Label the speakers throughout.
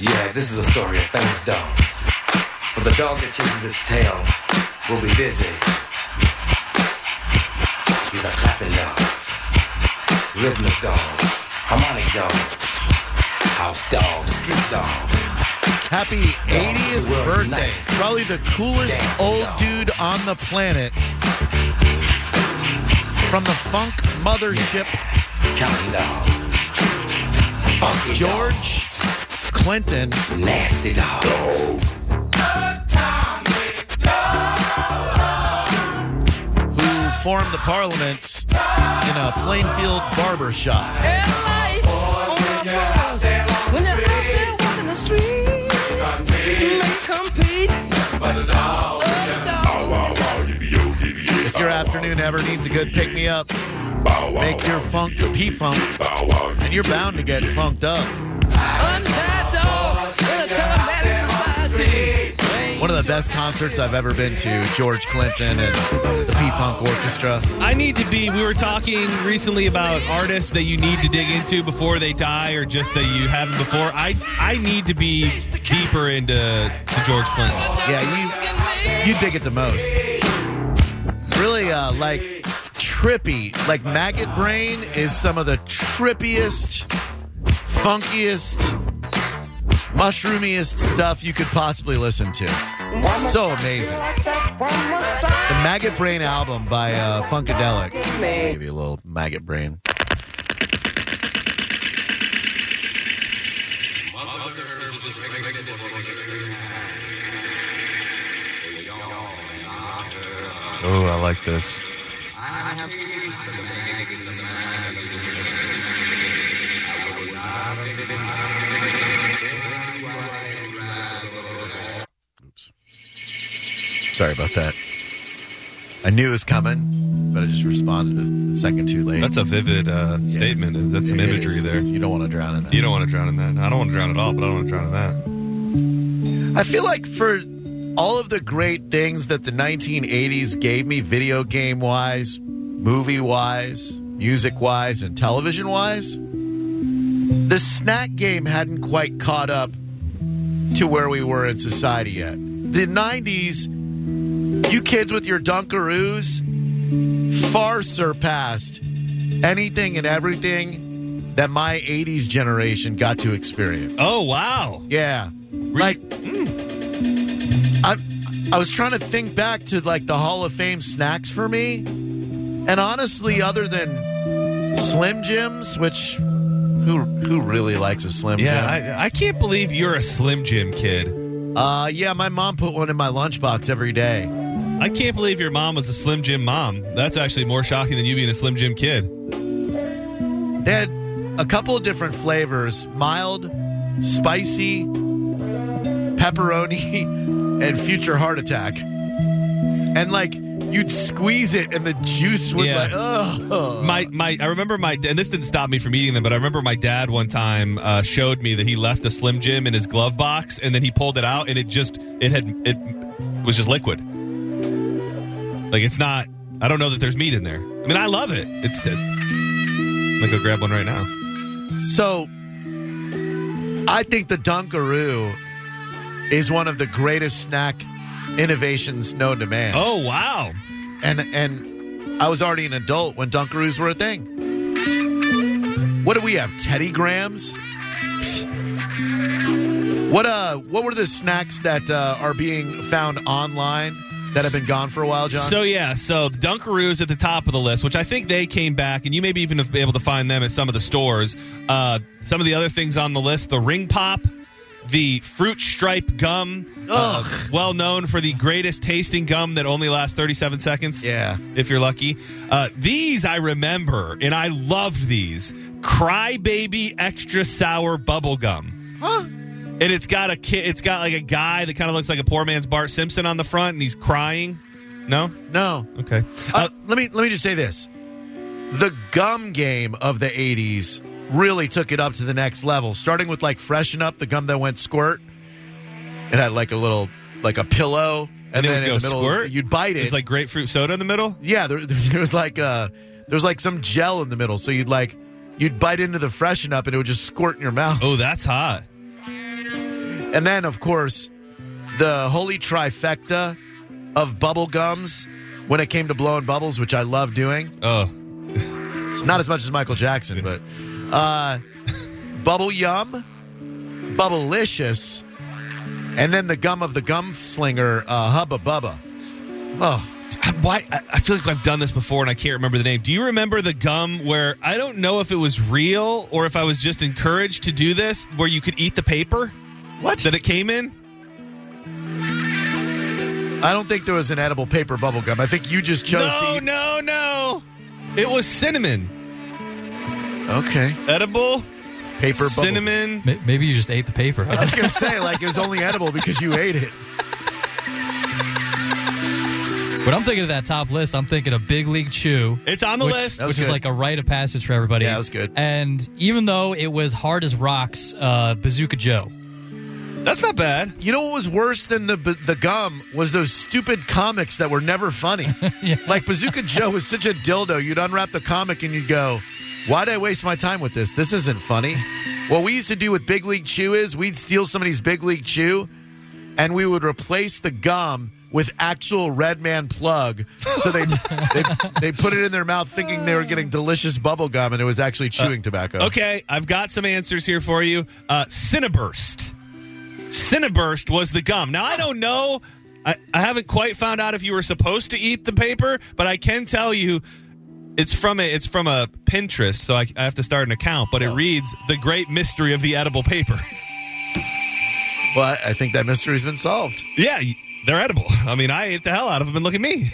Speaker 1: Anyway, this is a story of famous dog. For the dog that chases its tail will be busy. These are clapping dogs, rhythmic dogs, harmonic dogs, house dogs, street dogs.
Speaker 2: Happy 80th birthday. Probably the coolest old dude on the planet. From the funk mothership,
Speaker 1: Counting dog. Funky
Speaker 2: George Clinton.
Speaker 1: dog. Nasty dogs.
Speaker 2: who formed the parliaments in a Plainfield barber shop.
Speaker 3: And life on the pros. When you're out there walking the street, you may compete. Other dogs.
Speaker 2: If your afternoon ever needs a good pick me up, make your funk P funk, and you're bound to get funked up.
Speaker 3: Untied dogs in a telematic society.
Speaker 2: One of the best concerts I've ever been to, George Clinton and the P Funk Orchestra.
Speaker 4: I need to be. We were talking recently about artists that you need to dig into before they die, or just that you haven't before. I I need to be deeper into to George Clinton.
Speaker 2: Yeah, you you dig it the most. Really, uh, like trippy, like Maggot Brain is some of the trippiest, funkiest, mushroomiest stuff you could possibly listen to. So amazing. The Maggot Brain album by uh, Funkadelic. Give you a little Maggot Brain.
Speaker 5: Oh, I like this.
Speaker 2: Sorry about that. I knew it was coming, but I just responded a second too late.
Speaker 5: That's a vivid uh, statement. That's some
Speaker 2: It
Speaker 5: imagery
Speaker 2: is.
Speaker 5: there.
Speaker 2: You don't want to drown in that.
Speaker 5: You don't want to drown in that. I don't want to drown at all, but I don't want to drown in that.
Speaker 2: I feel like for all of the great things that the 1980s gave me, video game wise, movie wise, music wise, and television wise, the snack game hadn't quite caught up to where we were in society yet. The 90s, you kids with your Dunkaroos far surpassed anything and everything that my 80s generation got to experience.
Speaker 4: Oh wow!
Speaker 2: Yeah. Like, mm. I, I was trying to think back to like the Hall of Fame snacks for me. And honestly, other than Slim Jims, which who who really likes a Slim
Speaker 4: Yeah,
Speaker 2: Jim?
Speaker 4: I, I can't believe you're a Slim Jim kid.
Speaker 2: uh, yeah, my mom put one in my lunchbox every day.
Speaker 4: I can't believe your mom was a Slim Jim mom. That's actually more shocking than you being a Slim Jim kid.
Speaker 2: They had a couple of different flavors mild, spicy, pepperoni, and future heart attack. And like, you'd squeeze it and the juice would
Speaker 4: Yeah.
Speaker 2: like, ugh.
Speaker 4: My my, I remember my, and this didn't stop me from eating them, but I remember my dad one time uh, showed me that he left a Slim Jim in his glove box, and then he pulled it out, and it just it had it was just liquid. Like it's not. I don't know that there's meat in there. I mean, I love it. It's. It, I'm gonna go grab one right now.
Speaker 2: So, I think the Dunkaroo is one of the greatest snack innovations known to man.
Speaker 4: Oh wow!
Speaker 2: And and I was already an adult when Dunkaroos were a thing. What do we have? Teddy Grahams. Psst. What uh? What were the snacks that uh, are being found online that have been gone for a while, John?
Speaker 4: So yeah, so the Dunkaroos at the top of the list, which I think they came back, and you maybe even have been able to find them at some of the stores. Uh, some of the other things on the list: the ring pop, the fruit stripe gum, uh, well known for the greatest tasting gum that only lasts thirty-seven seconds.
Speaker 2: yeah.
Speaker 4: If you're lucky, uh, these I remember, and I loved these. Crybaby extra sour bubble gum. Huh? And it's got a kid. It's got like a guy that kind of looks like a poor man's Bart Simpson on the front, and he's crying. No,
Speaker 2: No.
Speaker 4: Okay.
Speaker 2: Uh, let me let me just say this: the gum game of the '80s really took it up to the next level. Starting with like freshen up the gum that went squirt. It had like a little like a pillow, and,
Speaker 4: it
Speaker 2: then
Speaker 4: would
Speaker 2: in
Speaker 4: go
Speaker 2: the middle
Speaker 4: squirt?
Speaker 2: you'd bite it.
Speaker 4: It's like grapefruit soda in the middle.
Speaker 2: yeah, there, there was like uh there was like some gel in the middle, so you'd like you'd bite into the freshen up and it would just squirt in your mouth.
Speaker 4: Oh, that's hot.
Speaker 2: And then, of course, the holy trifecta of bubble gums when it came to blowing bubbles, which I love doing.
Speaker 4: Oh,
Speaker 2: Not as much as Michael Jackson, but uh, Bubble Yum, Bubblicious, and then the gum of the gum slinger, uh, Hubba Bubba. Oh,
Speaker 4: I- why I I feel like I've done this before and I can't remember the name. Do you remember the gum where I don't know if it was real or if I was just encouraged to do this, where you could eat the paper
Speaker 2: what?
Speaker 4: that it came in?
Speaker 2: I don't think there was an edible paper bubble gum. I think you just chose
Speaker 4: no,
Speaker 2: to eat.
Speaker 4: no, no. It was cinnamon,
Speaker 2: Okay.
Speaker 4: edible
Speaker 2: Paper bubble
Speaker 4: cinnamon.
Speaker 6: May- Maybe you just ate the paper.
Speaker 2: I was going to say, like, it was only edible because you ate it.
Speaker 6: When I'm thinking of that top list, I'm thinking of Big League Chew,
Speaker 4: It's on the
Speaker 6: which,
Speaker 4: list.
Speaker 2: That was
Speaker 6: which is
Speaker 2: good.
Speaker 6: like a rite of passage for everybody.
Speaker 2: Yeah, that was good.
Speaker 6: And even though it was hard as rocks, uh, Bazooka Joe.
Speaker 4: That's not bad.
Speaker 2: You know what was worse than the the gum was those stupid comics that were never funny. Like Bazooka Joe was such a dildo. You'd unwrap the comic and you'd go, "Why did I waste my time with this? This isn't funny." What we used to do with Big League Chew is we'd steal somebody's Big League Chew, and we would replace the gum with actual Red Man plug. So they they they put it in their mouth thinking they were getting delicious bubble gum, and it was actually chewing tobacco.
Speaker 4: Okay, I've got some answers here for you. Uh, Cineburst. Cineburst was the gum. Now, I don't know. I, I haven't quite found out if you were supposed to eat the paper, but I can tell you it's from a it's from a Pinterest, so I, I have to start an account. But it reads "The Great Mystery of the Edible Paper."
Speaker 2: Well, I- I think that mystery's been solved.
Speaker 4: yeah, y- they're edible. I mean, I ate the hell out of them, and look at me.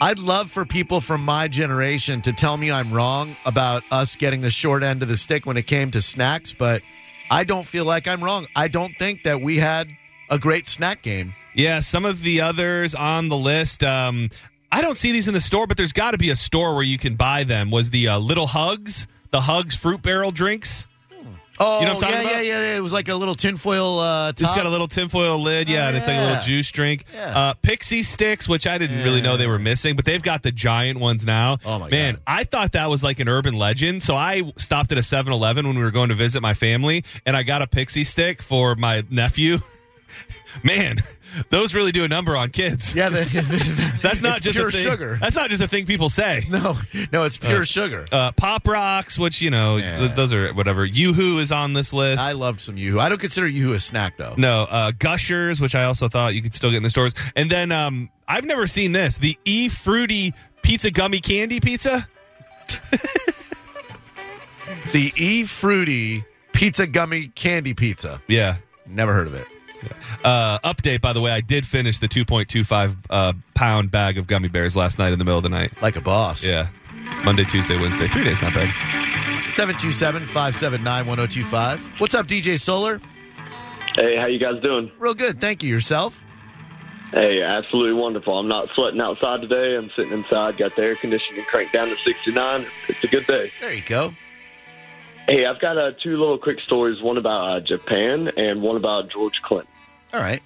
Speaker 2: I'd love for people from my generation to tell me I'm wrong about us getting the short end of the stick when it came to snacks, but I don't feel like I'm wrong. I don't think that we had a great snack game.
Speaker 4: Yeah, some of the others on the list. Um, I don't see these in the store, but there's got to be a store where you can buy them. Was the uh, Little Hugs, the Hugs Fruit Barrel drinks?
Speaker 2: Oh,
Speaker 4: You know what I'm
Speaker 2: yeah,
Speaker 4: talking
Speaker 2: yeah,
Speaker 4: about?
Speaker 2: yeah, yeah. It was like a little tinfoil uh, top. Oh,
Speaker 4: It's got a little tinfoil lid, yeah, and it's like a little
Speaker 2: yeah.
Speaker 4: juice drink.
Speaker 2: Yeah.
Speaker 4: Uh, Pixie sticks, which I didn't really know they were missing, but they've got the giant ones now.
Speaker 2: Oh, my
Speaker 4: man,
Speaker 2: God.
Speaker 4: I thought that was like an urban legend. So I stopped at a 7-Eleven when we were going to visit my family, and I got a Pixie stick for my nephew. man, those really do a number on kids.
Speaker 2: yeah, the, the-
Speaker 4: That's not
Speaker 2: it's
Speaker 4: just
Speaker 2: pure
Speaker 4: a thing.
Speaker 2: sugar.
Speaker 4: That's not just a thing people say.
Speaker 2: no, no, it's pure sugar.
Speaker 4: Uh, Pop rocks, which you know,
Speaker 2: Yeah.
Speaker 4: th- those are whatever. YooHoo is on this list.
Speaker 2: I loved some yoo-hoo. I don't consider yoo-hoo a snack though.
Speaker 4: no, uh, Gushers, which I also thought you could still get in the stores. And then um, I've never seen this: the E Fruity Pizza Gummy Candy Pizza.
Speaker 2: The E Fruity Pizza Gummy Candy Pizza.
Speaker 4: Yeah.
Speaker 2: Never heard of it.
Speaker 4: Uh, update, by the way, I did finish the 2.25 uh, pound bag of gummy bears last night in the middle of the night.
Speaker 2: Like a boss.
Speaker 4: Yeah. Monday, Tuesday, Wednesday, three days, not bad.
Speaker 2: 727-579-1025. What's up, DJ Solar?
Speaker 7: Hey, how you guys doing?
Speaker 2: Real good. Thank you. Yourself?
Speaker 7: Hey, absolutely wonderful. I'm not sweating outside today. I'm sitting inside, got the air conditioning cranked down to 69. It's a good day.
Speaker 2: There you go.
Speaker 7: Hey, I've got uh, two little quick stories one about uh, Japan and one about George Clinton.
Speaker 2: All right.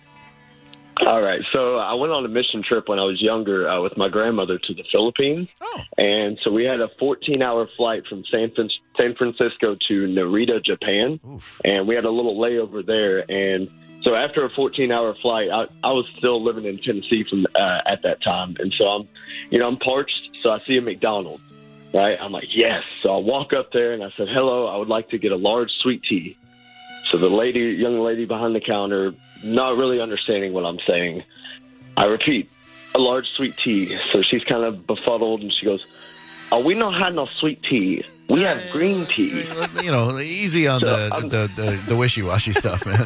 Speaker 7: All right, so I went on a mission trip when I was younger uh, with my grandmother to the Philippines.
Speaker 2: Oh.
Speaker 7: And so we had a 14 hour flight from San, Fran- San Francisco to Narita, Japan.
Speaker 2: Oof.
Speaker 7: and we had a little layover there. And so after a 14 hour flight, I, I was still living in Tennessee from uh, at that time, and so I'm, you know, I'm parched. So I see a McDonald's, right? I'm like, yes. So I walk up there and I said, hello, I would like to get a large sweet tea. So the lady, young lady behind the counter, not really understanding what I'm saying, I repeat, a large sweet tea. So she's kind of befuddled and she goes, oh, we don't have no sweet tea. We have green tea.
Speaker 2: You know, easy on the
Speaker 7: So, um,
Speaker 2: the, the, the wishy washy stuff, man.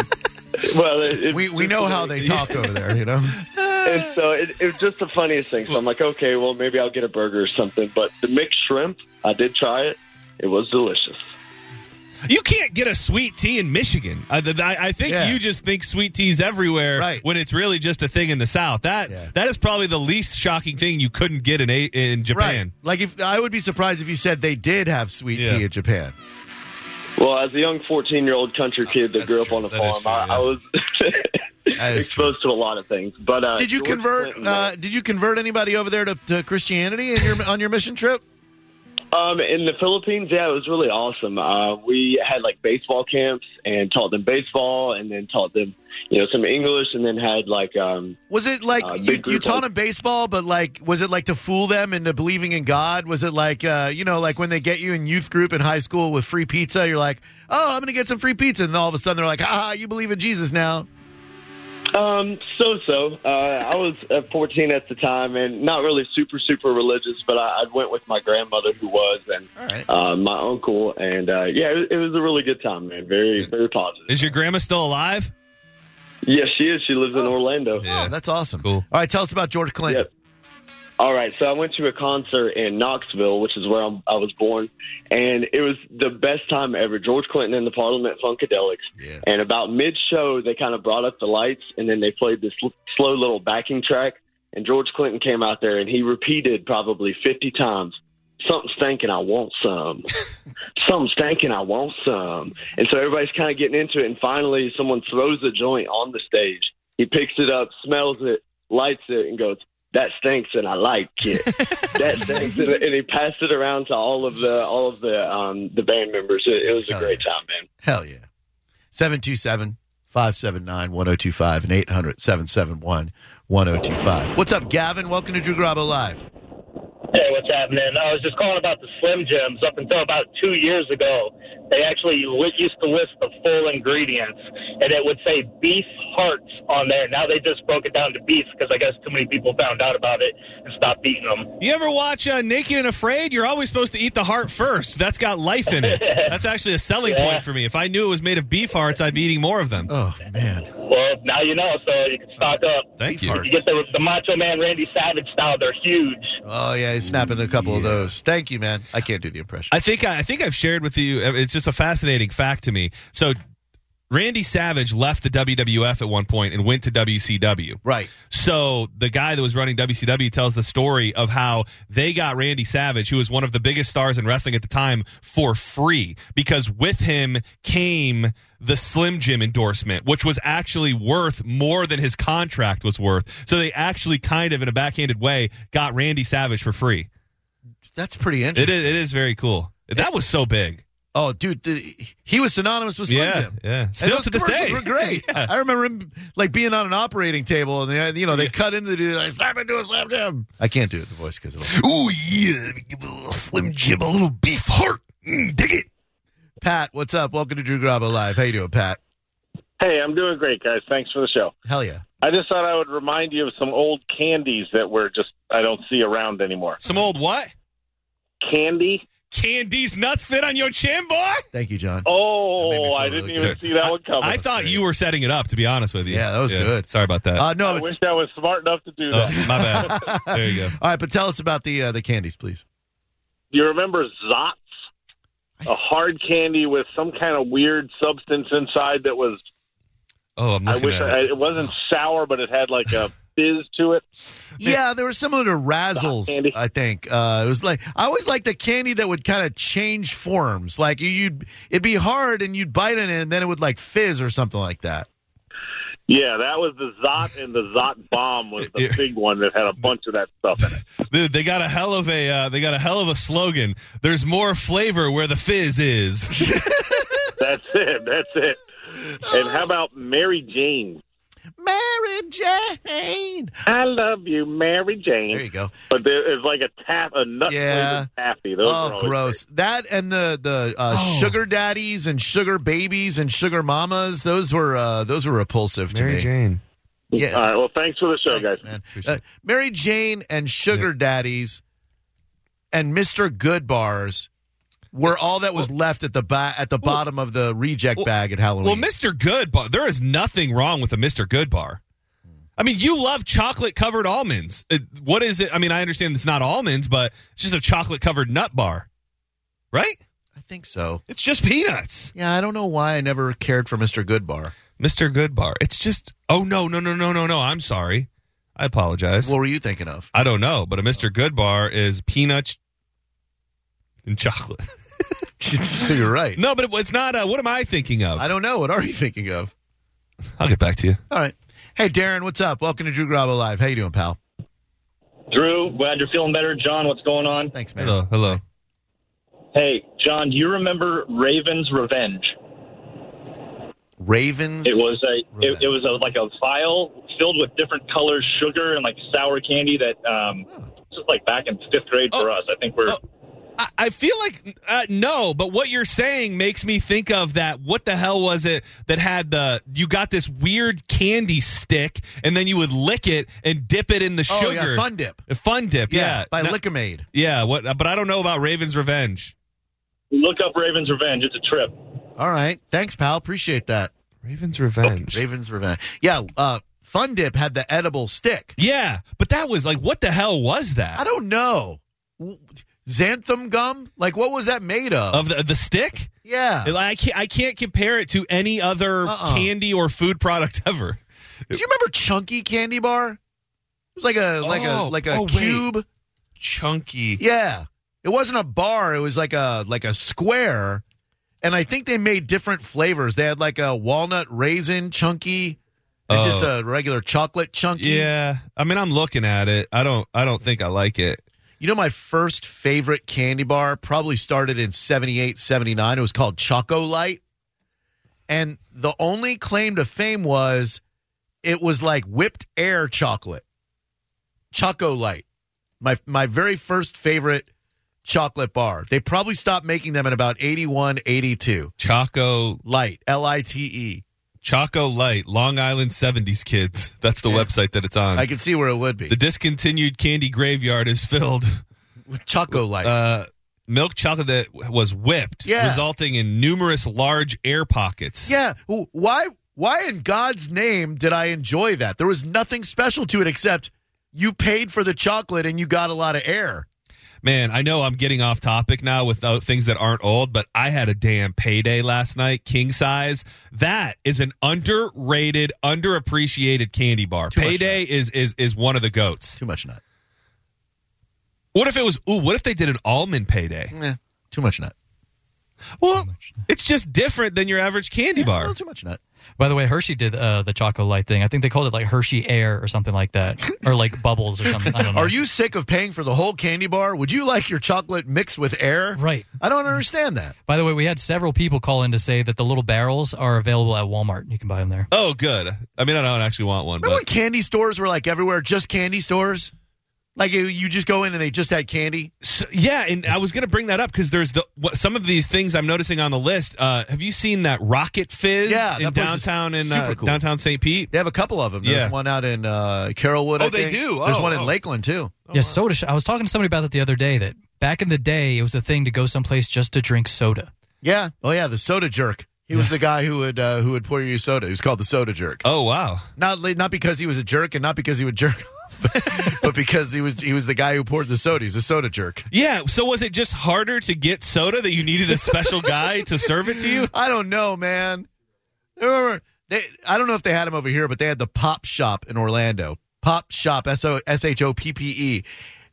Speaker 7: Well, it, it-
Speaker 2: We we know how they talk over there, you know.
Speaker 7: and so it, it was just the funniest thing. So I'm like, okay, well, maybe I'll get a burger or something. But the mixed shrimp, I did try it. It was delicious.
Speaker 4: You can't get a sweet tea in Michigan. I, th- I, I think
Speaker 2: Yeah.
Speaker 4: you just think sweet tea's everywhere
Speaker 2: Right.
Speaker 4: when it's really just a thing in the South. That
Speaker 2: Yeah.
Speaker 4: that is probably the least shocking thing you couldn't get in a- in Japan.
Speaker 2: Like if I would be surprised if you said they did have sweet
Speaker 4: Yeah.
Speaker 2: tea in Japan.
Speaker 7: Well, as a young 14 year old country kid that
Speaker 4: that's
Speaker 7: grew up
Speaker 4: true.
Speaker 7: on a
Speaker 4: That
Speaker 7: farm,
Speaker 4: is true,
Speaker 7: I,
Speaker 4: yeah.
Speaker 7: I was
Speaker 2: That is true.
Speaker 7: exposed to a lot of things. But uh,
Speaker 2: Did you
Speaker 7: George
Speaker 2: convert
Speaker 7: Clinton,
Speaker 2: uh, did you convert anybody over there to, to Christianity in your on your mission trip?
Speaker 7: Um, in the Philippines, yeah, it was really awesome. Uh, we had like baseball camps and taught them baseball, and then taught them, you know, some English, and then had like, um,
Speaker 2: Was it like
Speaker 7: Uh,
Speaker 2: you,
Speaker 7: big
Speaker 2: you
Speaker 7: group
Speaker 2: taught
Speaker 7: like-
Speaker 2: them baseball, but like, was it like to fool them into believing in God? Was it like, uh, you know, like when they get you in youth group in high school with free pizza, you're like, oh, I'm going to get some free pizza. And all of a sudden they're like, ah, you believe in Jesus now.
Speaker 7: um, so so. Uh, I was uh, 14 at the time, and not really super super religious, but I, I went with my grandmother who was, and
Speaker 2: All right.
Speaker 7: uh, my uncle, and uh, yeah, it, it was a really good time, man. Very very positive.
Speaker 4: Is your grandma still alive?
Speaker 7: Yeah, she is. She lives in Orlando.
Speaker 2: Oh, that's awesome.
Speaker 4: Cool.
Speaker 2: All right. Tell us about George Clinton.
Speaker 7: Yep. All right, so I went to a concert in Knoxville, which is where I'm, I was born, and it was the best time ever. George Clinton and the Parliament Funkadelics,
Speaker 2: Yeah.
Speaker 7: and about mid-show they kind of brought up the lights, and then they played this l- slow little backing track, and George Clinton came out there and he repeated probably 50 times, "Something's thinking I want some, something's thinking I want some," and so everybody's kind of getting into it, and finally someone throws the joint on the stage. He picks it up, smells it, lights it, and goes that stinks and I like it. that stinks, and, and he passed it around to all of the all of the um, the band members. It, it was a
Speaker 2: Oh,
Speaker 7: great
Speaker 2: yeah.
Speaker 7: time, man.
Speaker 2: Hell yeah. 727 579 1025 and 800 771 1025. What's up, Gavin? Welcome to Drew Garabo Live.
Speaker 8: Hey, what's happening? I was just calling about the Slim Jims. Up until about two years ago, they actually li- used to list the full ingredients, and it would say beef hearts on there. Now they just broke it down to beef because I guess too many people found out about it and stopped eating them.
Speaker 4: You ever watch uh, Naked and Afraid? You're always supposed to eat the heart first. That's got life in it. That's actually a selling
Speaker 8: Yeah.
Speaker 4: point for me. If I knew it was made of beef hearts, I'd be eating more of them.
Speaker 2: Oh, man.
Speaker 8: Well, now you know, so you can stock up.
Speaker 4: Thank
Speaker 2: Beef
Speaker 4: you.
Speaker 2: hearts.
Speaker 8: You get the, the Macho Man Randy Savage style. They're huge.
Speaker 2: Oh, yeah. He's snapping a couple of those. Thank you, man. I can't do the impression.
Speaker 4: I think I, I think I've shared with you. uh, It's just a fascinating fact to me. So, Randy Savage left the WWF at one point and went to WCW.
Speaker 2: right.
Speaker 4: So the guy that was running WCW tells the story of how they got Randy Savage, who was one of the biggest stars in wrestling at the time, for free because with him came the Slim Jim endorsement, which was actually worth more than his contract was worth. So they actually kind of, in a backhanded way, got Randy Savage for free.
Speaker 2: That's pretty interesting.
Speaker 4: It is, it is very cool. That was so big.
Speaker 2: Oh, dude, the, he was synonymous with Slim
Speaker 4: yeah,
Speaker 2: Jim.
Speaker 4: yeah.
Speaker 2: And
Speaker 4: Still
Speaker 2: those
Speaker 4: to this
Speaker 2: commercials
Speaker 4: day,
Speaker 2: were great. I remember him like being on an operating table, and they, you know they cut into the dude, like slap into a slap jam. I can't do it the voice because of
Speaker 4: Oh yeah, let me give it a little Slim Jim, a little beef heart. Mm, dig it.
Speaker 2: Pat. What's up? Welcome to Drew Grabo Live. How you doing, Pat?
Speaker 9: Hey, I'm doing great, guys. Thanks for the show.
Speaker 2: Hell yeah.
Speaker 9: I just thought I would remind you of some old candies that were just I don't see around anymore.
Speaker 4: Some old what?
Speaker 9: Candy?
Speaker 4: Candy's nuts fit on your chin, boy.
Speaker 2: Thank you, John. That made me
Speaker 9: Oh,
Speaker 2: feel
Speaker 9: I didn't
Speaker 2: really
Speaker 9: even
Speaker 4: good.
Speaker 9: see that one coming.
Speaker 4: I thought you were setting it up, to be honest with you.
Speaker 2: Yeah, that was good.
Speaker 4: Sorry about that.
Speaker 2: Uh,
Speaker 9: I
Speaker 2: no,
Speaker 9: wish
Speaker 2: it's,
Speaker 9: I was smart enough to do
Speaker 4: Oh,
Speaker 9: that.
Speaker 4: my bad. There you go.
Speaker 2: all right, but tell us about the uh, the candies, please.
Speaker 9: you remember Zots? A hard candy with some kind of weird substance inside that was
Speaker 4: Oh, I'm
Speaker 9: I
Speaker 4: looking
Speaker 9: wish
Speaker 4: at
Speaker 9: I,
Speaker 4: it.
Speaker 9: it wasn't sour, but it had like a fizz to it.
Speaker 2: Yeah, they were similar to Razzles,
Speaker 9: Stop, Andy.
Speaker 2: I think. Uh, it was like I always liked the candy that would kind of change forms. Like you- you'd, it'd be hard, and you'd bite in it, and then it would like fizz or something like that.
Speaker 9: Yeah, that was the Zot, and the Zot bomb was the
Speaker 4: Yeah.
Speaker 9: big one that had a bunch of that stuff in it.
Speaker 4: Dude, they got a hell of a uh, they got a hell of a slogan. There's more flavor where the fizz is.
Speaker 9: That's it. That's it. And how about Mary Jane?
Speaker 2: Mary Jane.
Speaker 9: I love you, Mary
Speaker 2: There you
Speaker 9: Jane.
Speaker 2: go.
Speaker 9: But there is like a tap, a nut
Speaker 2: Yeah.
Speaker 9: flavored taffy. Those are
Speaker 2: oh,
Speaker 9: always
Speaker 2: gross! That and the the uh, sugar daddies and sugar babies and sugar mamas. Those were uh, those were repulsive to me.
Speaker 5: Jane.
Speaker 9: great.
Speaker 2: Yeah.
Speaker 9: All right. Well, thanks for the show,
Speaker 2: Thanks,
Speaker 9: guys.
Speaker 2: man. Uh, Mary Jane and Sugar Daddies and Mr. Good Bars were all that was left at the ba- at the bottom of the reject
Speaker 4: well-
Speaker 2: bag at Halloween.
Speaker 4: well, Mr. Good Bar, there is nothing wrong with a Mr. Good Bar. I mean, you love chocolate covered almonds. Uh, what is it? I mean, I understand it's not almonds, but it's just a chocolate covered nut bar, right?
Speaker 2: I think so.
Speaker 4: It's just peanuts.
Speaker 2: Yeah, I don't know why I never cared for Mr. Good Bar.
Speaker 4: Mr. Goodbar. It's just oh no, no, no, no, no, no. I'm sorry. I apologize.
Speaker 2: What were you thinking of?
Speaker 4: I don't know, but a Mr. Goodbar is peanuts and chocolate.
Speaker 2: so you're right.
Speaker 4: No, but it, it's not. Uh, what am I thinking of?
Speaker 2: I don't know. What are you thinking of?
Speaker 4: I'll get back to you.
Speaker 2: All right. Hey, Darren, what's up? Welcome to Drew Grabo Live. How you doing, pal?
Speaker 8: Drew, glad you're feeling better. John, what's going on?
Speaker 2: Thanks, man.
Speaker 4: Hello, hello.
Speaker 10: Hey, John, do you remember Raven's Revenge?
Speaker 2: Ravens.
Speaker 10: It was a
Speaker 2: Revenge.
Speaker 10: it, it was a, like a vial filled with different colors, sugar, and like sour candy that um, this is like back in fifth grade for us. I think we're
Speaker 4: I, I feel like uh, no, but what you're saying makes me think of that. What the hell was it that had the? You got this weird candy stick, and then you would lick it and dip it in the
Speaker 2: Oh,
Speaker 4: sugar.
Speaker 2: yeah, Fun Dip.
Speaker 4: Uh, Fun dip, yeah.
Speaker 2: by
Speaker 4: No-
Speaker 2: Lickamade.
Speaker 4: yeah, what? But I don't know about Raven's Revenge.
Speaker 10: look up Raven's Revenge. It's a trip.
Speaker 2: All right. Thanks, pal. Appreciate that.
Speaker 4: Raven's Revenge.
Speaker 2: Ravens Revenge. Yeah. Uh, Fun Dip had the edible stick.
Speaker 4: Yeah, but that was like, what the hell was
Speaker 2: I
Speaker 4: that?
Speaker 2: don't know. W- Xanthan gum? Like, what was that made of?
Speaker 4: Of the, the stick?
Speaker 2: yeah.
Speaker 4: I can't, I can't compare it to any other
Speaker 2: Uh-uh.
Speaker 4: candy or food product ever.
Speaker 2: Do you remember Chunky Candy Bar? It was like a like a
Speaker 4: Oh,
Speaker 2: like a
Speaker 4: oh, wait.
Speaker 2: cube.
Speaker 4: Chunky.
Speaker 2: Yeah. It wasn't a bar, it was like a like a square. And I think they made different flavors. They had like a walnut raisin chunky and just
Speaker 4: Oh.
Speaker 2: a regular chocolate chunky.
Speaker 4: Yeah, I mean, I'm looking at it. I don't, I don't think I like it.
Speaker 2: You know my first favorite candy bar probably started in 78, 79. It was called Choco Light. And the only claim to fame was it was like whipped air chocolate. Choco Light. My my very first favorite chocolate bar. They probably stopped making them in about 81, 82.
Speaker 4: Choco,
Speaker 2: Light, L I T E.
Speaker 4: Choco Light, Long Island '70s kids. That's the website that it's on.
Speaker 2: I can see where it would be.
Speaker 4: the discontinued candy graveyard is filled.
Speaker 2: With Choco Light.
Speaker 4: Uh, milk chocolate that was whipped,
Speaker 2: Yeah.
Speaker 4: resulting in numerous large air pockets.
Speaker 2: Yeah. w- Why? Why in God's name did I enjoy that? There was nothing special to it except you paid for the chocolate and you got a lot of air.
Speaker 4: Man, I know I'm getting off topic now with uh, things that aren't old, but I had a damn payday last night, king size. That is an underrated, underappreciated candy bar.
Speaker 2: much
Speaker 4: payday is is is one of the goats.
Speaker 2: Too much nut.
Speaker 4: What if it was? Ooh, what if they did an almond payday?
Speaker 2: Eh, too much nut.
Speaker 4: Well, it's just different than your average candy
Speaker 2: A
Speaker 4: bar.
Speaker 2: little too much nut.
Speaker 6: By the way, Hershey did uh, the Choco Light thing. I think they called it like Hershey Air or something like that, or like Bubbles or something. I don't know.
Speaker 2: Are you sick of paying for the whole candy bar? Would you like your chocolate mixed with air?
Speaker 6: right?
Speaker 2: I don't understand that.
Speaker 6: By the way, we had several people call in to say that the little barrels are available at Walmart. You can buy them there.
Speaker 4: Oh, good. I mean, I don't actually want one,
Speaker 2: Remember when
Speaker 4: but
Speaker 2: candy stores were like everywhere, just candy stores? Like you, you just go in and they just had candy.
Speaker 4: So- yeah. And I was going to bring that up because there's the what, some of these things I'm noticing on the list. Uh, have you seen that Rocket Fizz
Speaker 2: Yeah,
Speaker 4: in
Speaker 2: that place is
Speaker 4: downtown in
Speaker 2: super
Speaker 4: uh,
Speaker 2: cool.
Speaker 4: downtown St. Pete?
Speaker 2: They have a couple of them. There's
Speaker 4: Yeah.
Speaker 2: one out in uh, Carrollwood.
Speaker 4: Oh,
Speaker 2: I
Speaker 4: they
Speaker 2: think.
Speaker 4: do?
Speaker 2: There's
Speaker 4: Oh,
Speaker 2: one in
Speaker 4: oh.
Speaker 2: Lakeland too.
Speaker 6: yeah, soda. Sh- I was talking to somebody about that the other day. That back in the day, it was a thing to go someplace just to drink soda.
Speaker 2: Yeah. Oh yeah, the soda jerk. He was the guy who would uh, who would pour you soda. He was called the soda jerk.
Speaker 4: Oh, wow.
Speaker 2: Not li- not because he was a jerk and not because he would jerk off, but because he was he was the guy who poured the soda. He's a soda jerk.
Speaker 4: Yeah. So was it just harder to get soda that you needed a special guy to serve it to you?
Speaker 2: I don't know, man. I remember- they- I don't know if they had him over here, but they had the pop shop in Orlando. Pop shop, S O S H O P P E,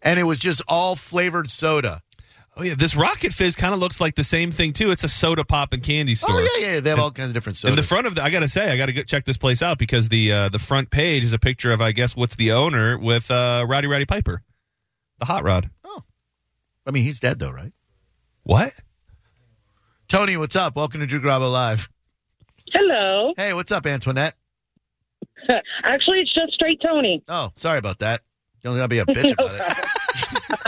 Speaker 2: and it was just all flavored soda.
Speaker 4: Oh yeah, this Rocket Fizz kind of looks like the same thing too. It's a soda pop and candy store.
Speaker 2: Oh yeah, yeah. They have all kinds of different sodas.
Speaker 4: In the front of the, I gotta say, I gotta go check this place out because the uh, the front page is a picture of, I guess, what's the owner with uh, Rowdy Rowdy Piper, the hot rod.
Speaker 2: I mean, he's dead though, right?
Speaker 4: What?
Speaker 2: Tony, what's up? Welcome to Drew Grabo Live.
Speaker 11: Hello.
Speaker 2: Hey, what's up, Antoinette?
Speaker 11: Actually, it's just straight Tony.
Speaker 2: Oh, sorry about that. You don't gotta be a bitch about it.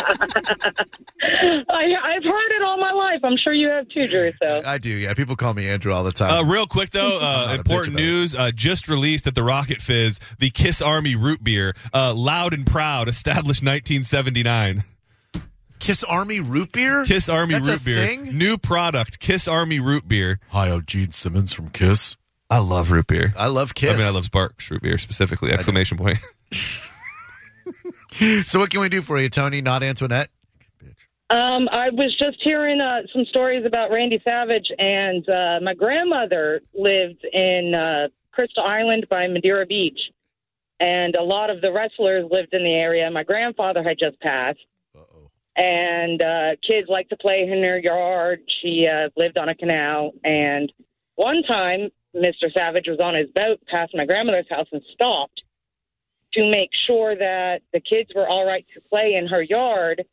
Speaker 11: I, I've heard it all my life. I'm sure you have too, Drew. So
Speaker 2: I do, yeah. People call me Andrew all the
Speaker 4: Uh,
Speaker 2: time.
Speaker 4: real quick though,
Speaker 2: not
Speaker 4: uh,
Speaker 2: a bitch
Speaker 4: important
Speaker 2: about it.
Speaker 4: news uh, just released at the Rocket Fizz, the Kiss Army root beer, uh, loud and proud, established 1979.
Speaker 2: Kiss Army root beer.
Speaker 4: Kiss Army
Speaker 2: That's a
Speaker 4: root beer,
Speaker 2: thing?
Speaker 4: new product, Kiss Army root beer.
Speaker 2: Hi, I'm Gene Simmons from Kiss.
Speaker 4: I love root beer.
Speaker 2: I love Kiss.
Speaker 4: I mean, I love Sparks root beer specifically. Exclamation point.
Speaker 2: so, what can we do for you, Tony? Not Antoinette.
Speaker 11: um, I was just hearing uh, some stories about Randy Savage, and uh, my grandmother lived in uh, Crystal Island by Madeira Beach, and a lot of the wrestlers lived in the area. My grandfather had just passed. and uh, kids liked to play in her yard. She uh, lived on a canal, and one time, Mr. Savage was on his boat past my grandmother's house and stopped to make sure that the kids were all right to play in her yard.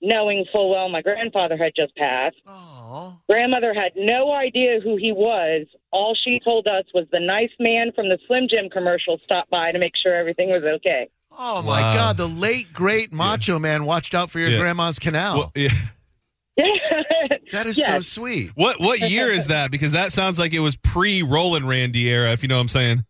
Speaker 11: knowing full well my grandfather had just passed.
Speaker 2: Oh,
Speaker 11: Grandmother had no idea who he was. All she told us was the nice man from the Slim Jim commercial stopped by to make sure everything was okay.
Speaker 2: Oh my
Speaker 4: Wow.
Speaker 2: God, the late great Macho Man watched out for your
Speaker 4: Yeah.
Speaker 2: grandma's canal.
Speaker 4: Well, yeah.
Speaker 2: that is so sweet.
Speaker 4: What what year is that? Because that sounds like it was pre Roland Randy era, if you know what I'm saying.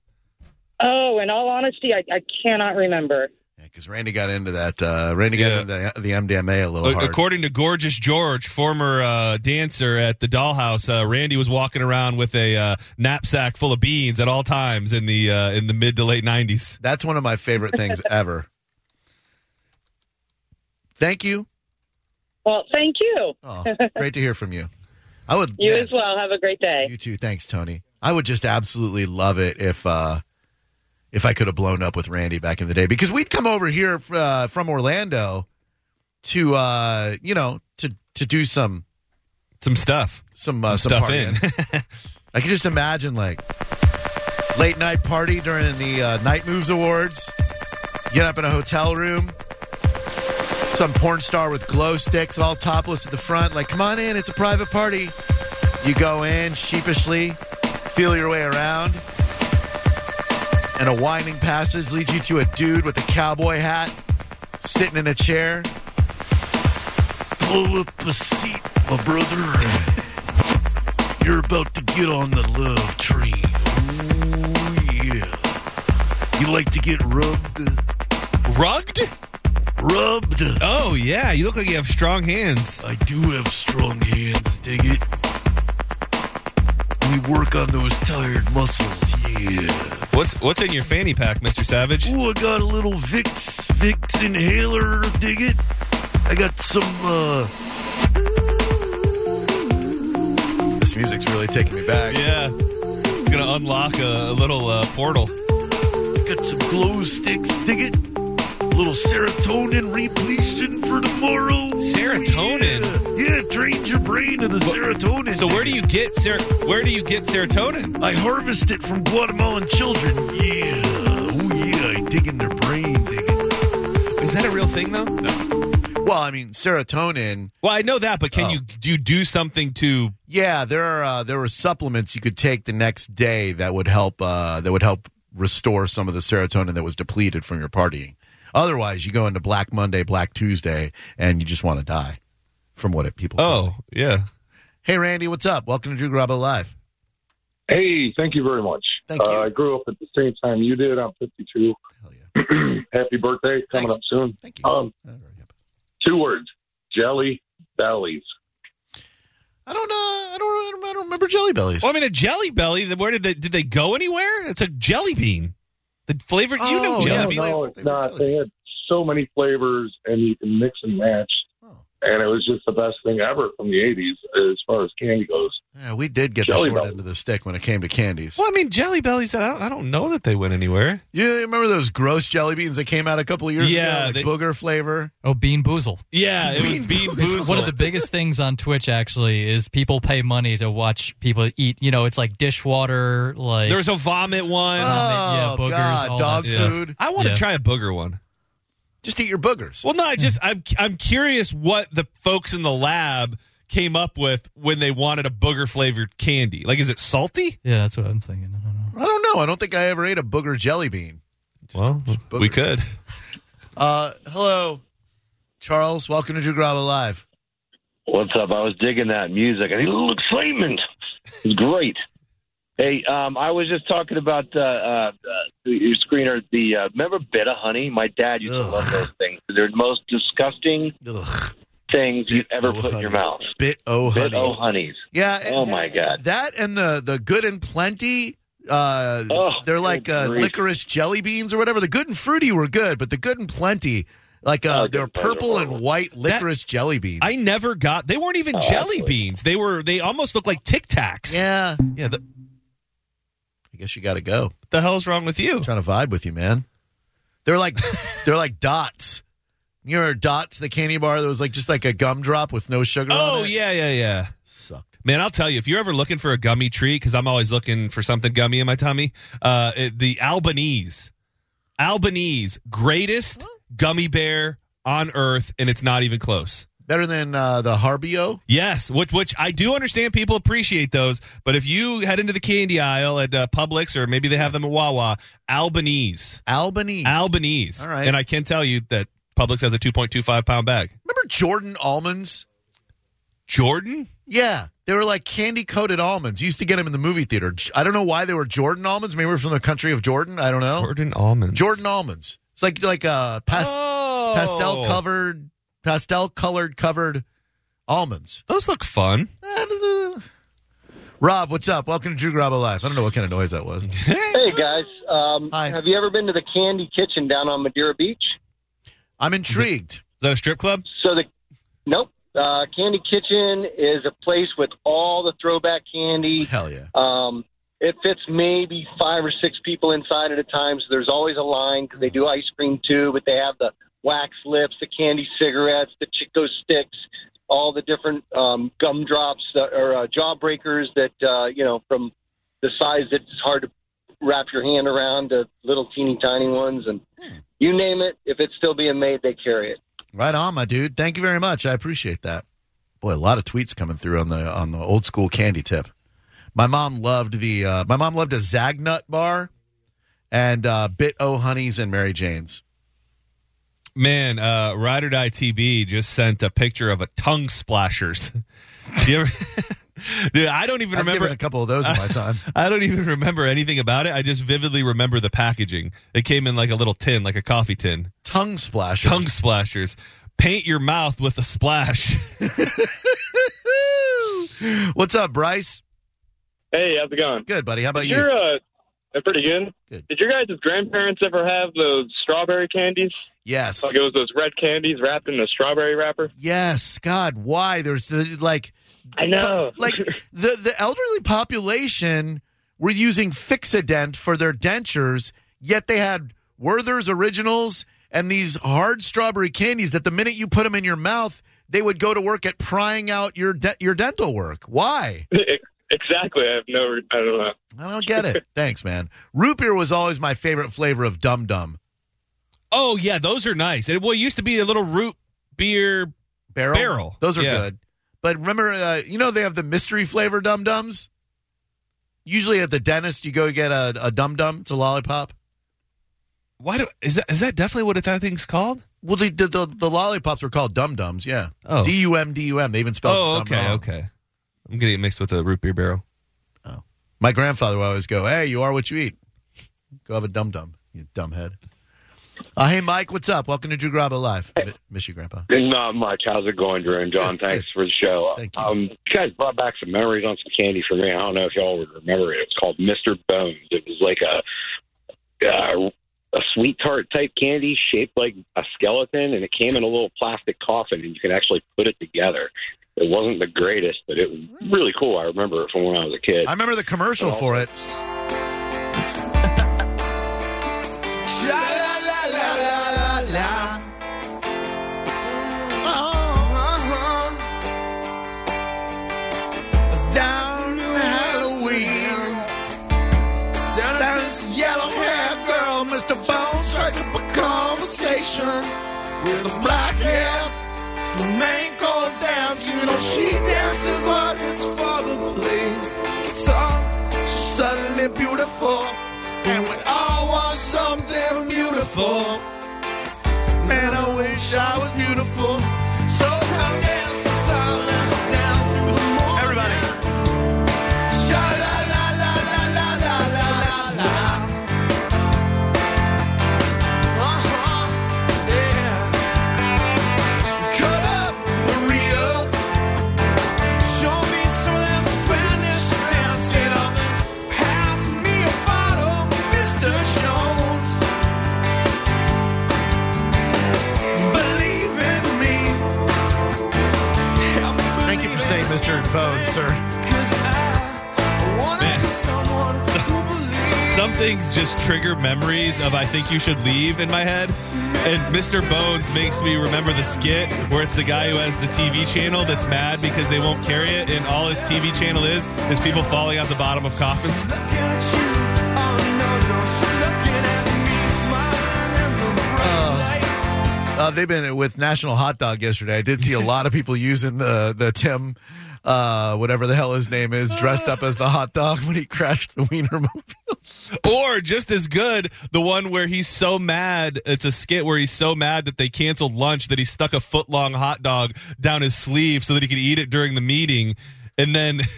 Speaker 11: Oh, in all honesty, I, I cannot remember.
Speaker 2: Because Randy got into that. Uh, Randy got into the, the MDMA a little
Speaker 4: A-
Speaker 2: hard.
Speaker 4: According to Gorgeous George, former uh, dancer at the Dollhouse, uh, Randy was walking around with a uh, knapsack full of beans at all times in the uh, in the mid to late '90s.
Speaker 2: That's one of my favorite things ever. Thank you.
Speaker 11: Well, thank you.
Speaker 2: Oh, great to hear from you. I would
Speaker 11: you
Speaker 2: man,
Speaker 11: as well. Have a great day.
Speaker 2: you too. Thanks, Tony. I would just absolutely love it if uh, if I could have blown up with Randy back in the day because we'd come over here uh, from Orlando to uh, you know to to do some
Speaker 4: some stuff,
Speaker 2: some uh, some,
Speaker 4: Some stuff
Speaker 2: partying. I could just imagine like late night party during the uh, Night Moves Awards. Get up in a hotel room. Some porn star with glow sticks, all topless at the front. Like, come on in, it's a private party. You go in sheepishly, feel your way around, and a winding passage leads you to a dude with a cowboy hat sitting in a chair.
Speaker 12: Pull up a seat, my brother. You're about to get on the love tree. Ooh, yeah. You like to get rubbed?
Speaker 4: Rugged?
Speaker 12: Rubbed.
Speaker 4: Oh, yeah. You look like you have strong hands.
Speaker 12: I do have strong hands, dig it. We work on those tired muscles, yeah.
Speaker 4: What's what's in your fanny pack, Mister Savage?
Speaker 12: Ooh, I got a little Vicks, Vicks inhaler, dig it. I got some, uh,
Speaker 2: This music's really taking me back.
Speaker 4: Yeah, it's gonna unlock a, a little uh, portal.
Speaker 12: got some glow sticks, dig it. A little serotonin repletion for tomorrow.
Speaker 4: Serotonin?
Speaker 12: Yeah, yeah drain your brain of the serotonin.
Speaker 4: So where do you get ser- where do you get serotonin?
Speaker 12: I harvest it from Guatemalan children. Yeah. Oh, yeah. I dig in their brain. Dig it.
Speaker 4: Is that a real thing, though?
Speaker 2: Well, I mean, serotonin.
Speaker 4: Well, I know that, but
Speaker 12: Oh.
Speaker 4: can you do you do something to?
Speaker 2: Yeah, there are uh, there were supplements you could take the next day that would help uh, that would help restore some of the serotonin that was depleted from your partying. Otherwise, you go into Black Monday, Black Tuesday, and you just want to die from what it people.
Speaker 4: Oh, yeah.
Speaker 2: Hey, Randy, what's up? Welcome to Drew Garabo Live.
Speaker 13: Hey, thank you very much.
Speaker 2: Thank you.
Speaker 13: Uh, I grew up at the same time you did. I'm 52. Happy birthday coming up soon. Thank you.
Speaker 8: Oh.
Speaker 13: Um, two words: jelly bellies.
Speaker 2: I don't know. I don't. I don't remember Jelly Bellies.
Speaker 4: Well, I mean, a Jelly Belly. then Where did they did they go anywhere? It's a jelly bean. The flavored, you
Speaker 2: Oh,
Speaker 4: know,
Speaker 8: Oh,
Speaker 13: no,
Speaker 4: jelly bean.
Speaker 13: no, it's not. They had so many flavors, and you can mix and match.
Speaker 8: Oh.
Speaker 13: And it was just the best thing ever from the 80s as far as candy goes.
Speaker 2: Yeah, we did get
Speaker 13: Jelly
Speaker 2: the short
Speaker 13: Belly.
Speaker 2: end of the stick when it came to candies.
Speaker 4: Well, I mean, Jelly Bellies. I don't, I don't know that they went anywhere.
Speaker 2: You remember those gross jelly beans that came out a couple of years
Speaker 6: Yeah,
Speaker 2: ago, like booger flavor?
Speaker 6: Oh, Bean Boozled.
Speaker 4: Yeah, it was Bean Boozled.
Speaker 6: One of the biggest things on Twitch actually is people pay money to watch people eat. You know, it's like dishwater. Like
Speaker 4: There was a vomit one.
Speaker 2: Oh,
Speaker 6: Vomit, Oh, yeah, boogers, all that stuff.
Speaker 4: Uh, I want to
Speaker 6: Yeah.
Speaker 4: try a booger one.
Speaker 2: Just eat your boogers.
Speaker 4: Well, no, I just I'm I'm curious what the folks in the lab came up with when they wanted a booger flavored candy. Like, is it salty?
Speaker 6: Yeah, that's what I'm thinking.
Speaker 2: I don't know. I don't think I ever ate a booger jelly bean.
Speaker 4: Well, we could.
Speaker 2: Uh, hello, Charles. Welcome to Drew Garabo Live.
Speaker 14: What's up? I was digging that music. I need a little excitement. It's great. Hey, um, I was just talking about uh, uh, uh, your screener. The uh, remember Betta Honey? My dad used to love those things. They're the most disgusting things you've
Speaker 8: oh,
Speaker 14: ever put in your mouth.
Speaker 2: Oh, Bit O Honey.
Speaker 14: Bit O Honeys.
Speaker 2: Yeah.
Speaker 14: Oh my God.
Speaker 2: That and the the good and plenty. Uh, they're like uh,
Speaker 14: Oh, grief.
Speaker 2: licorice jelly beans or whatever. The good and fruity were good, but the good and plenty, like
Speaker 14: Oh,
Speaker 2: uh, they're purple and white licorice jelly beans.
Speaker 4: I never got. They weren't even
Speaker 2: Oh,
Speaker 4: jelly
Speaker 2: absolutely.
Speaker 4: beans. They were. They almost looked like Tic Tacs.
Speaker 2: Yeah.
Speaker 4: Yeah. The,
Speaker 2: I guess you got to go. What
Speaker 4: the hell's wrong with you?
Speaker 2: trying to vibe with you, man. They're like they're like dots. You remember dots, the candy bar that was like just like a gumdrop with no sugar on it.
Speaker 4: oh yeah, yeah, yeah.
Speaker 2: Sucked.
Speaker 4: Man, I'll tell you, if you're ever looking for a gummy treat, because I'm always looking for something gummy in my tummy, uh, it- the Albanese, Albanese, greatest gummy bear on earth, and it's not even close.
Speaker 2: Better than uh, the Harbio?
Speaker 4: Yes, which which I do understand people appreciate those, but if you head into the candy aisle at uh, Publix or maybe they have them at Wawa, Albanese,
Speaker 2: Albanese,
Speaker 4: Albanese.
Speaker 2: All right.
Speaker 4: and I can tell you that Publix has a two point two five pound bag.
Speaker 2: Remember Jordan almonds?
Speaker 4: Jordan?
Speaker 2: Yeah. They were like candy coated almonds. You used to get them in the movie theater. J- I don't know why they were Jordan almonds. Maybe we're from the country of Jordan. I don't know.
Speaker 4: Jordan almonds.
Speaker 2: Oh. Jordan almonds. It's like like uh pas-
Speaker 4: Oh.
Speaker 2: pastel covered pastel colored covered almonds.
Speaker 4: Those look fun.
Speaker 2: Rob, what's up? Welcome to Drew Grabo Live. I don't know what kind of noise that was.
Speaker 7: Hey guys, um, have you ever been to the Candy Kitchen down on Madeira Beach?
Speaker 2: I'm intrigued.
Speaker 4: Is that a strip club?
Speaker 7: So the nope, uh, Candy Kitchen is a place with all the throwback candy.
Speaker 2: Hell yeah!
Speaker 7: Um, it fits maybe five or six people inside at a time, so there's always a line because they do ice cream too. But they have the wax lips, the candy cigarettes, the Chico sticks, all the different um, gumdrops that, or uh, jawbreakers that uh, you know from the size that's hard to wrap your hand around to little teeny tiny ones, and
Speaker 4: Hmm.
Speaker 7: you name it. If it's still being made, they carry it.
Speaker 2: Right on, my dude. Thank you very much. I appreciate that. Boy, a lot of tweets coming through on the on the old school candy tip. My mom loved the uh, my mom loved a Zagnut bar and uh, Bit O Honeys and Mary Janes.
Speaker 4: Man, uh, Ride or Die TB just sent a picture of a tongue splashers. Do you ever? Dude, I don't even
Speaker 2: I've
Speaker 4: remember
Speaker 2: given a couple of those in my time.
Speaker 4: I don't even remember anything about it. I just vividly remember the packaging. It came in like a little tin, like a coffee tin.
Speaker 2: Tongue splashers.
Speaker 4: Tongue splashers. Paint your mouth with a splash.
Speaker 2: What's up, Bryce?
Speaker 8: Hey, how's it going?
Speaker 2: Good, buddy. How about
Speaker 8: Did
Speaker 2: you?
Speaker 8: your, Uh, uh, pretty good. Did your guys' grandparents ever have those strawberry candies?
Speaker 2: Yes.
Speaker 8: Like it was those red candies wrapped in a strawberry wrapper?
Speaker 2: Yes, God, why? There's the like
Speaker 8: I know.
Speaker 2: like the the elderly population were using Fixident for their dentures, yet they had Werther's originals and these hard strawberry candies that the minute you put them in your mouth, they would go to work at prying out your de- your dental work. Why?
Speaker 8: exactly. I have no, I don't know.
Speaker 2: I don't get it. Thanks, man. Root beer was always my favorite flavor of Dum Dum.
Speaker 4: Oh yeah, those are nice. It, well, it used to be a little root beer
Speaker 2: barrel.
Speaker 4: barrel.
Speaker 2: Those are
Speaker 4: Yeah.
Speaker 2: good. But remember, uh, you know they have the mystery flavor dum dums. Usually at the dentist, you go get a, a dum dum. It's a lollipop.
Speaker 4: Why do is that? Is that definitely what that thing's called?
Speaker 2: Well, the the, the, the lollipops were called dum dums. Yeah.
Speaker 4: Oh.
Speaker 2: D U M D U M. They even spelled.
Speaker 4: Oh,
Speaker 2: dum
Speaker 4: okay,
Speaker 2: wrong.
Speaker 4: okay. I'm getting it mixed with a root beer barrel.
Speaker 2: My grandfather would always go, "Hey, you are what you eat. Go have a dum dum, you dumbhead." Uh, hey, Mike, what's up? Welcome to Drew Grabo Live. Mi- Miss you, Grandpa.
Speaker 11: Not much. How's it going, Drew and John? Thanks for the show. Thank you. Um, you guys brought back some memories on some candy for me. I don't know if y'all would remember it. It was called Mr. Bones. It was like a uh, a sweet tart type candy shaped like a skeleton, and it came in a little plastic coffin, and you could actually put it together. It wasn't the greatest, but it was really cool. I remember it from when I was a kid.
Speaker 2: I remember the commercial
Speaker 11: But
Speaker 2: for it.
Speaker 3: Down in Halloween, down at this yellow-haired girl, Mr. Bones strikes up a conversation with a black hair flamenco dance. You know she dances while his father plays guitar. She's suddenly beautiful, and we all want something beautiful. Man, I wish I was beautiful. So come dance the silence down through the morning. Everybody. Sha la la la la la la la la la. Uh-huh. Yeah. Cut up, Maria. Show me some of them Spanish dancing. Pass me a bottle, Mr. Jones. Believe in me. Help me
Speaker 2: Thank you for saying Mr. Bones, sir.
Speaker 4: Man. Some things just trigger memories of I think you should leave in my head. And Mr. Bones makes me remember the skit where it's the guy who has the TV channel that's mad because they won't carry it, and all his TV channel is is people falling out the bottom of coffins.
Speaker 3: Oh,
Speaker 2: Uh, they've been with National Hot Dog yesterday. I did see a lot of people using the the Tim, uh, whatever the hell his name is, dressed up as the hot dog when he crashed the Wienermobile.
Speaker 4: Or just as good, the one where he's so mad. It's a skit where he's so mad that they canceled lunch that he stuck a foot long hot dog down his sleeve so that he could eat it during the meeting. And then.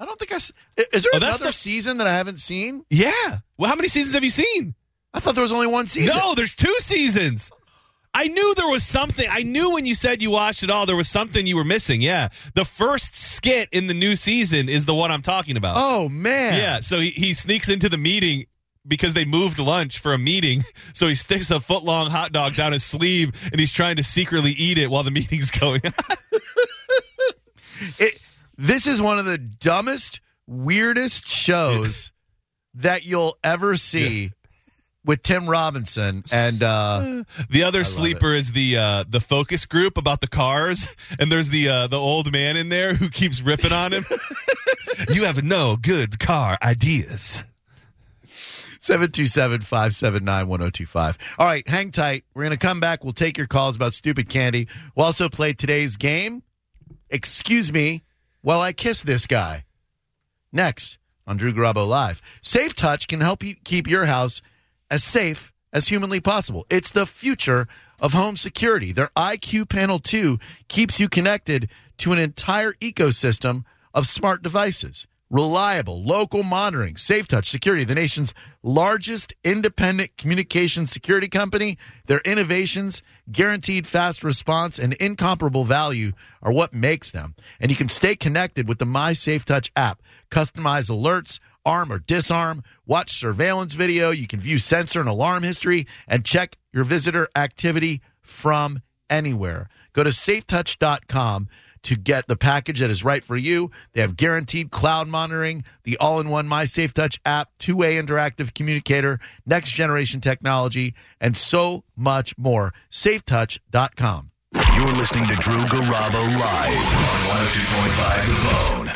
Speaker 2: I don't think I. s- i- Is there
Speaker 4: Oh, that's
Speaker 2: another
Speaker 4: the-
Speaker 2: season that I haven't seen?
Speaker 4: Yeah. Well, how many seasons have you seen?
Speaker 2: I thought there was only one season.
Speaker 4: No, there's two seasons. I knew there was something. I knew when you said you watched it all, there was something you were missing. Yeah. The first skit in the new season is the one I'm talking about.
Speaker 2: Oh man.
Speaker 4: Yeah, so he, he sneaks into the meeting because they moved lunch for a meeting. So he sticks a foot long hot dog down his sleeve and he's trying to secretly eat it while the meeting's going on.
Speaker 2: It, this is one of the dumbest, weirdest shows that you'll ever see with Tim Robinson and uh,
Speaker 4: The other sleeper is the uh, the focus group about the cars, and there's the uh, the old man in there who keeps ripping on him. you have no good car ideas.
Speaker 2: 727 579 1025. All right, hang tight. We're going to come back. We'll take your calls about stupid candy. We'll also play today's game. Excuse me while I kiss this guy. Next on Drew Garabo Live. Safe Touch can help you keep your house as safe as humanly possible. It's the future of home security. Their IQ Panel 2 keeps you connected to an entire ecosystem of smart devices. Reliable local monitoring, Safe Touch Security, the nation's largest independent communication security company. Their innovations, guaranteed fast response, and incomparable value are what makes them. And you can stay connected with the My Safe Touch app. Customize alerts, arm or disarm, watch surveillance video, you can view sensor and alarm history, and check your visitor activity from anywhere. Go to safetouch.com to get the package that is right for you. They have guaranteed cloud monitoring, the all in one My Safe Touch app, two way interactive communicator, next generation technology, and so much more. Safetouch.com.
Speaker 3: You're listening to Drew Garabo live on 102.5 The Bone.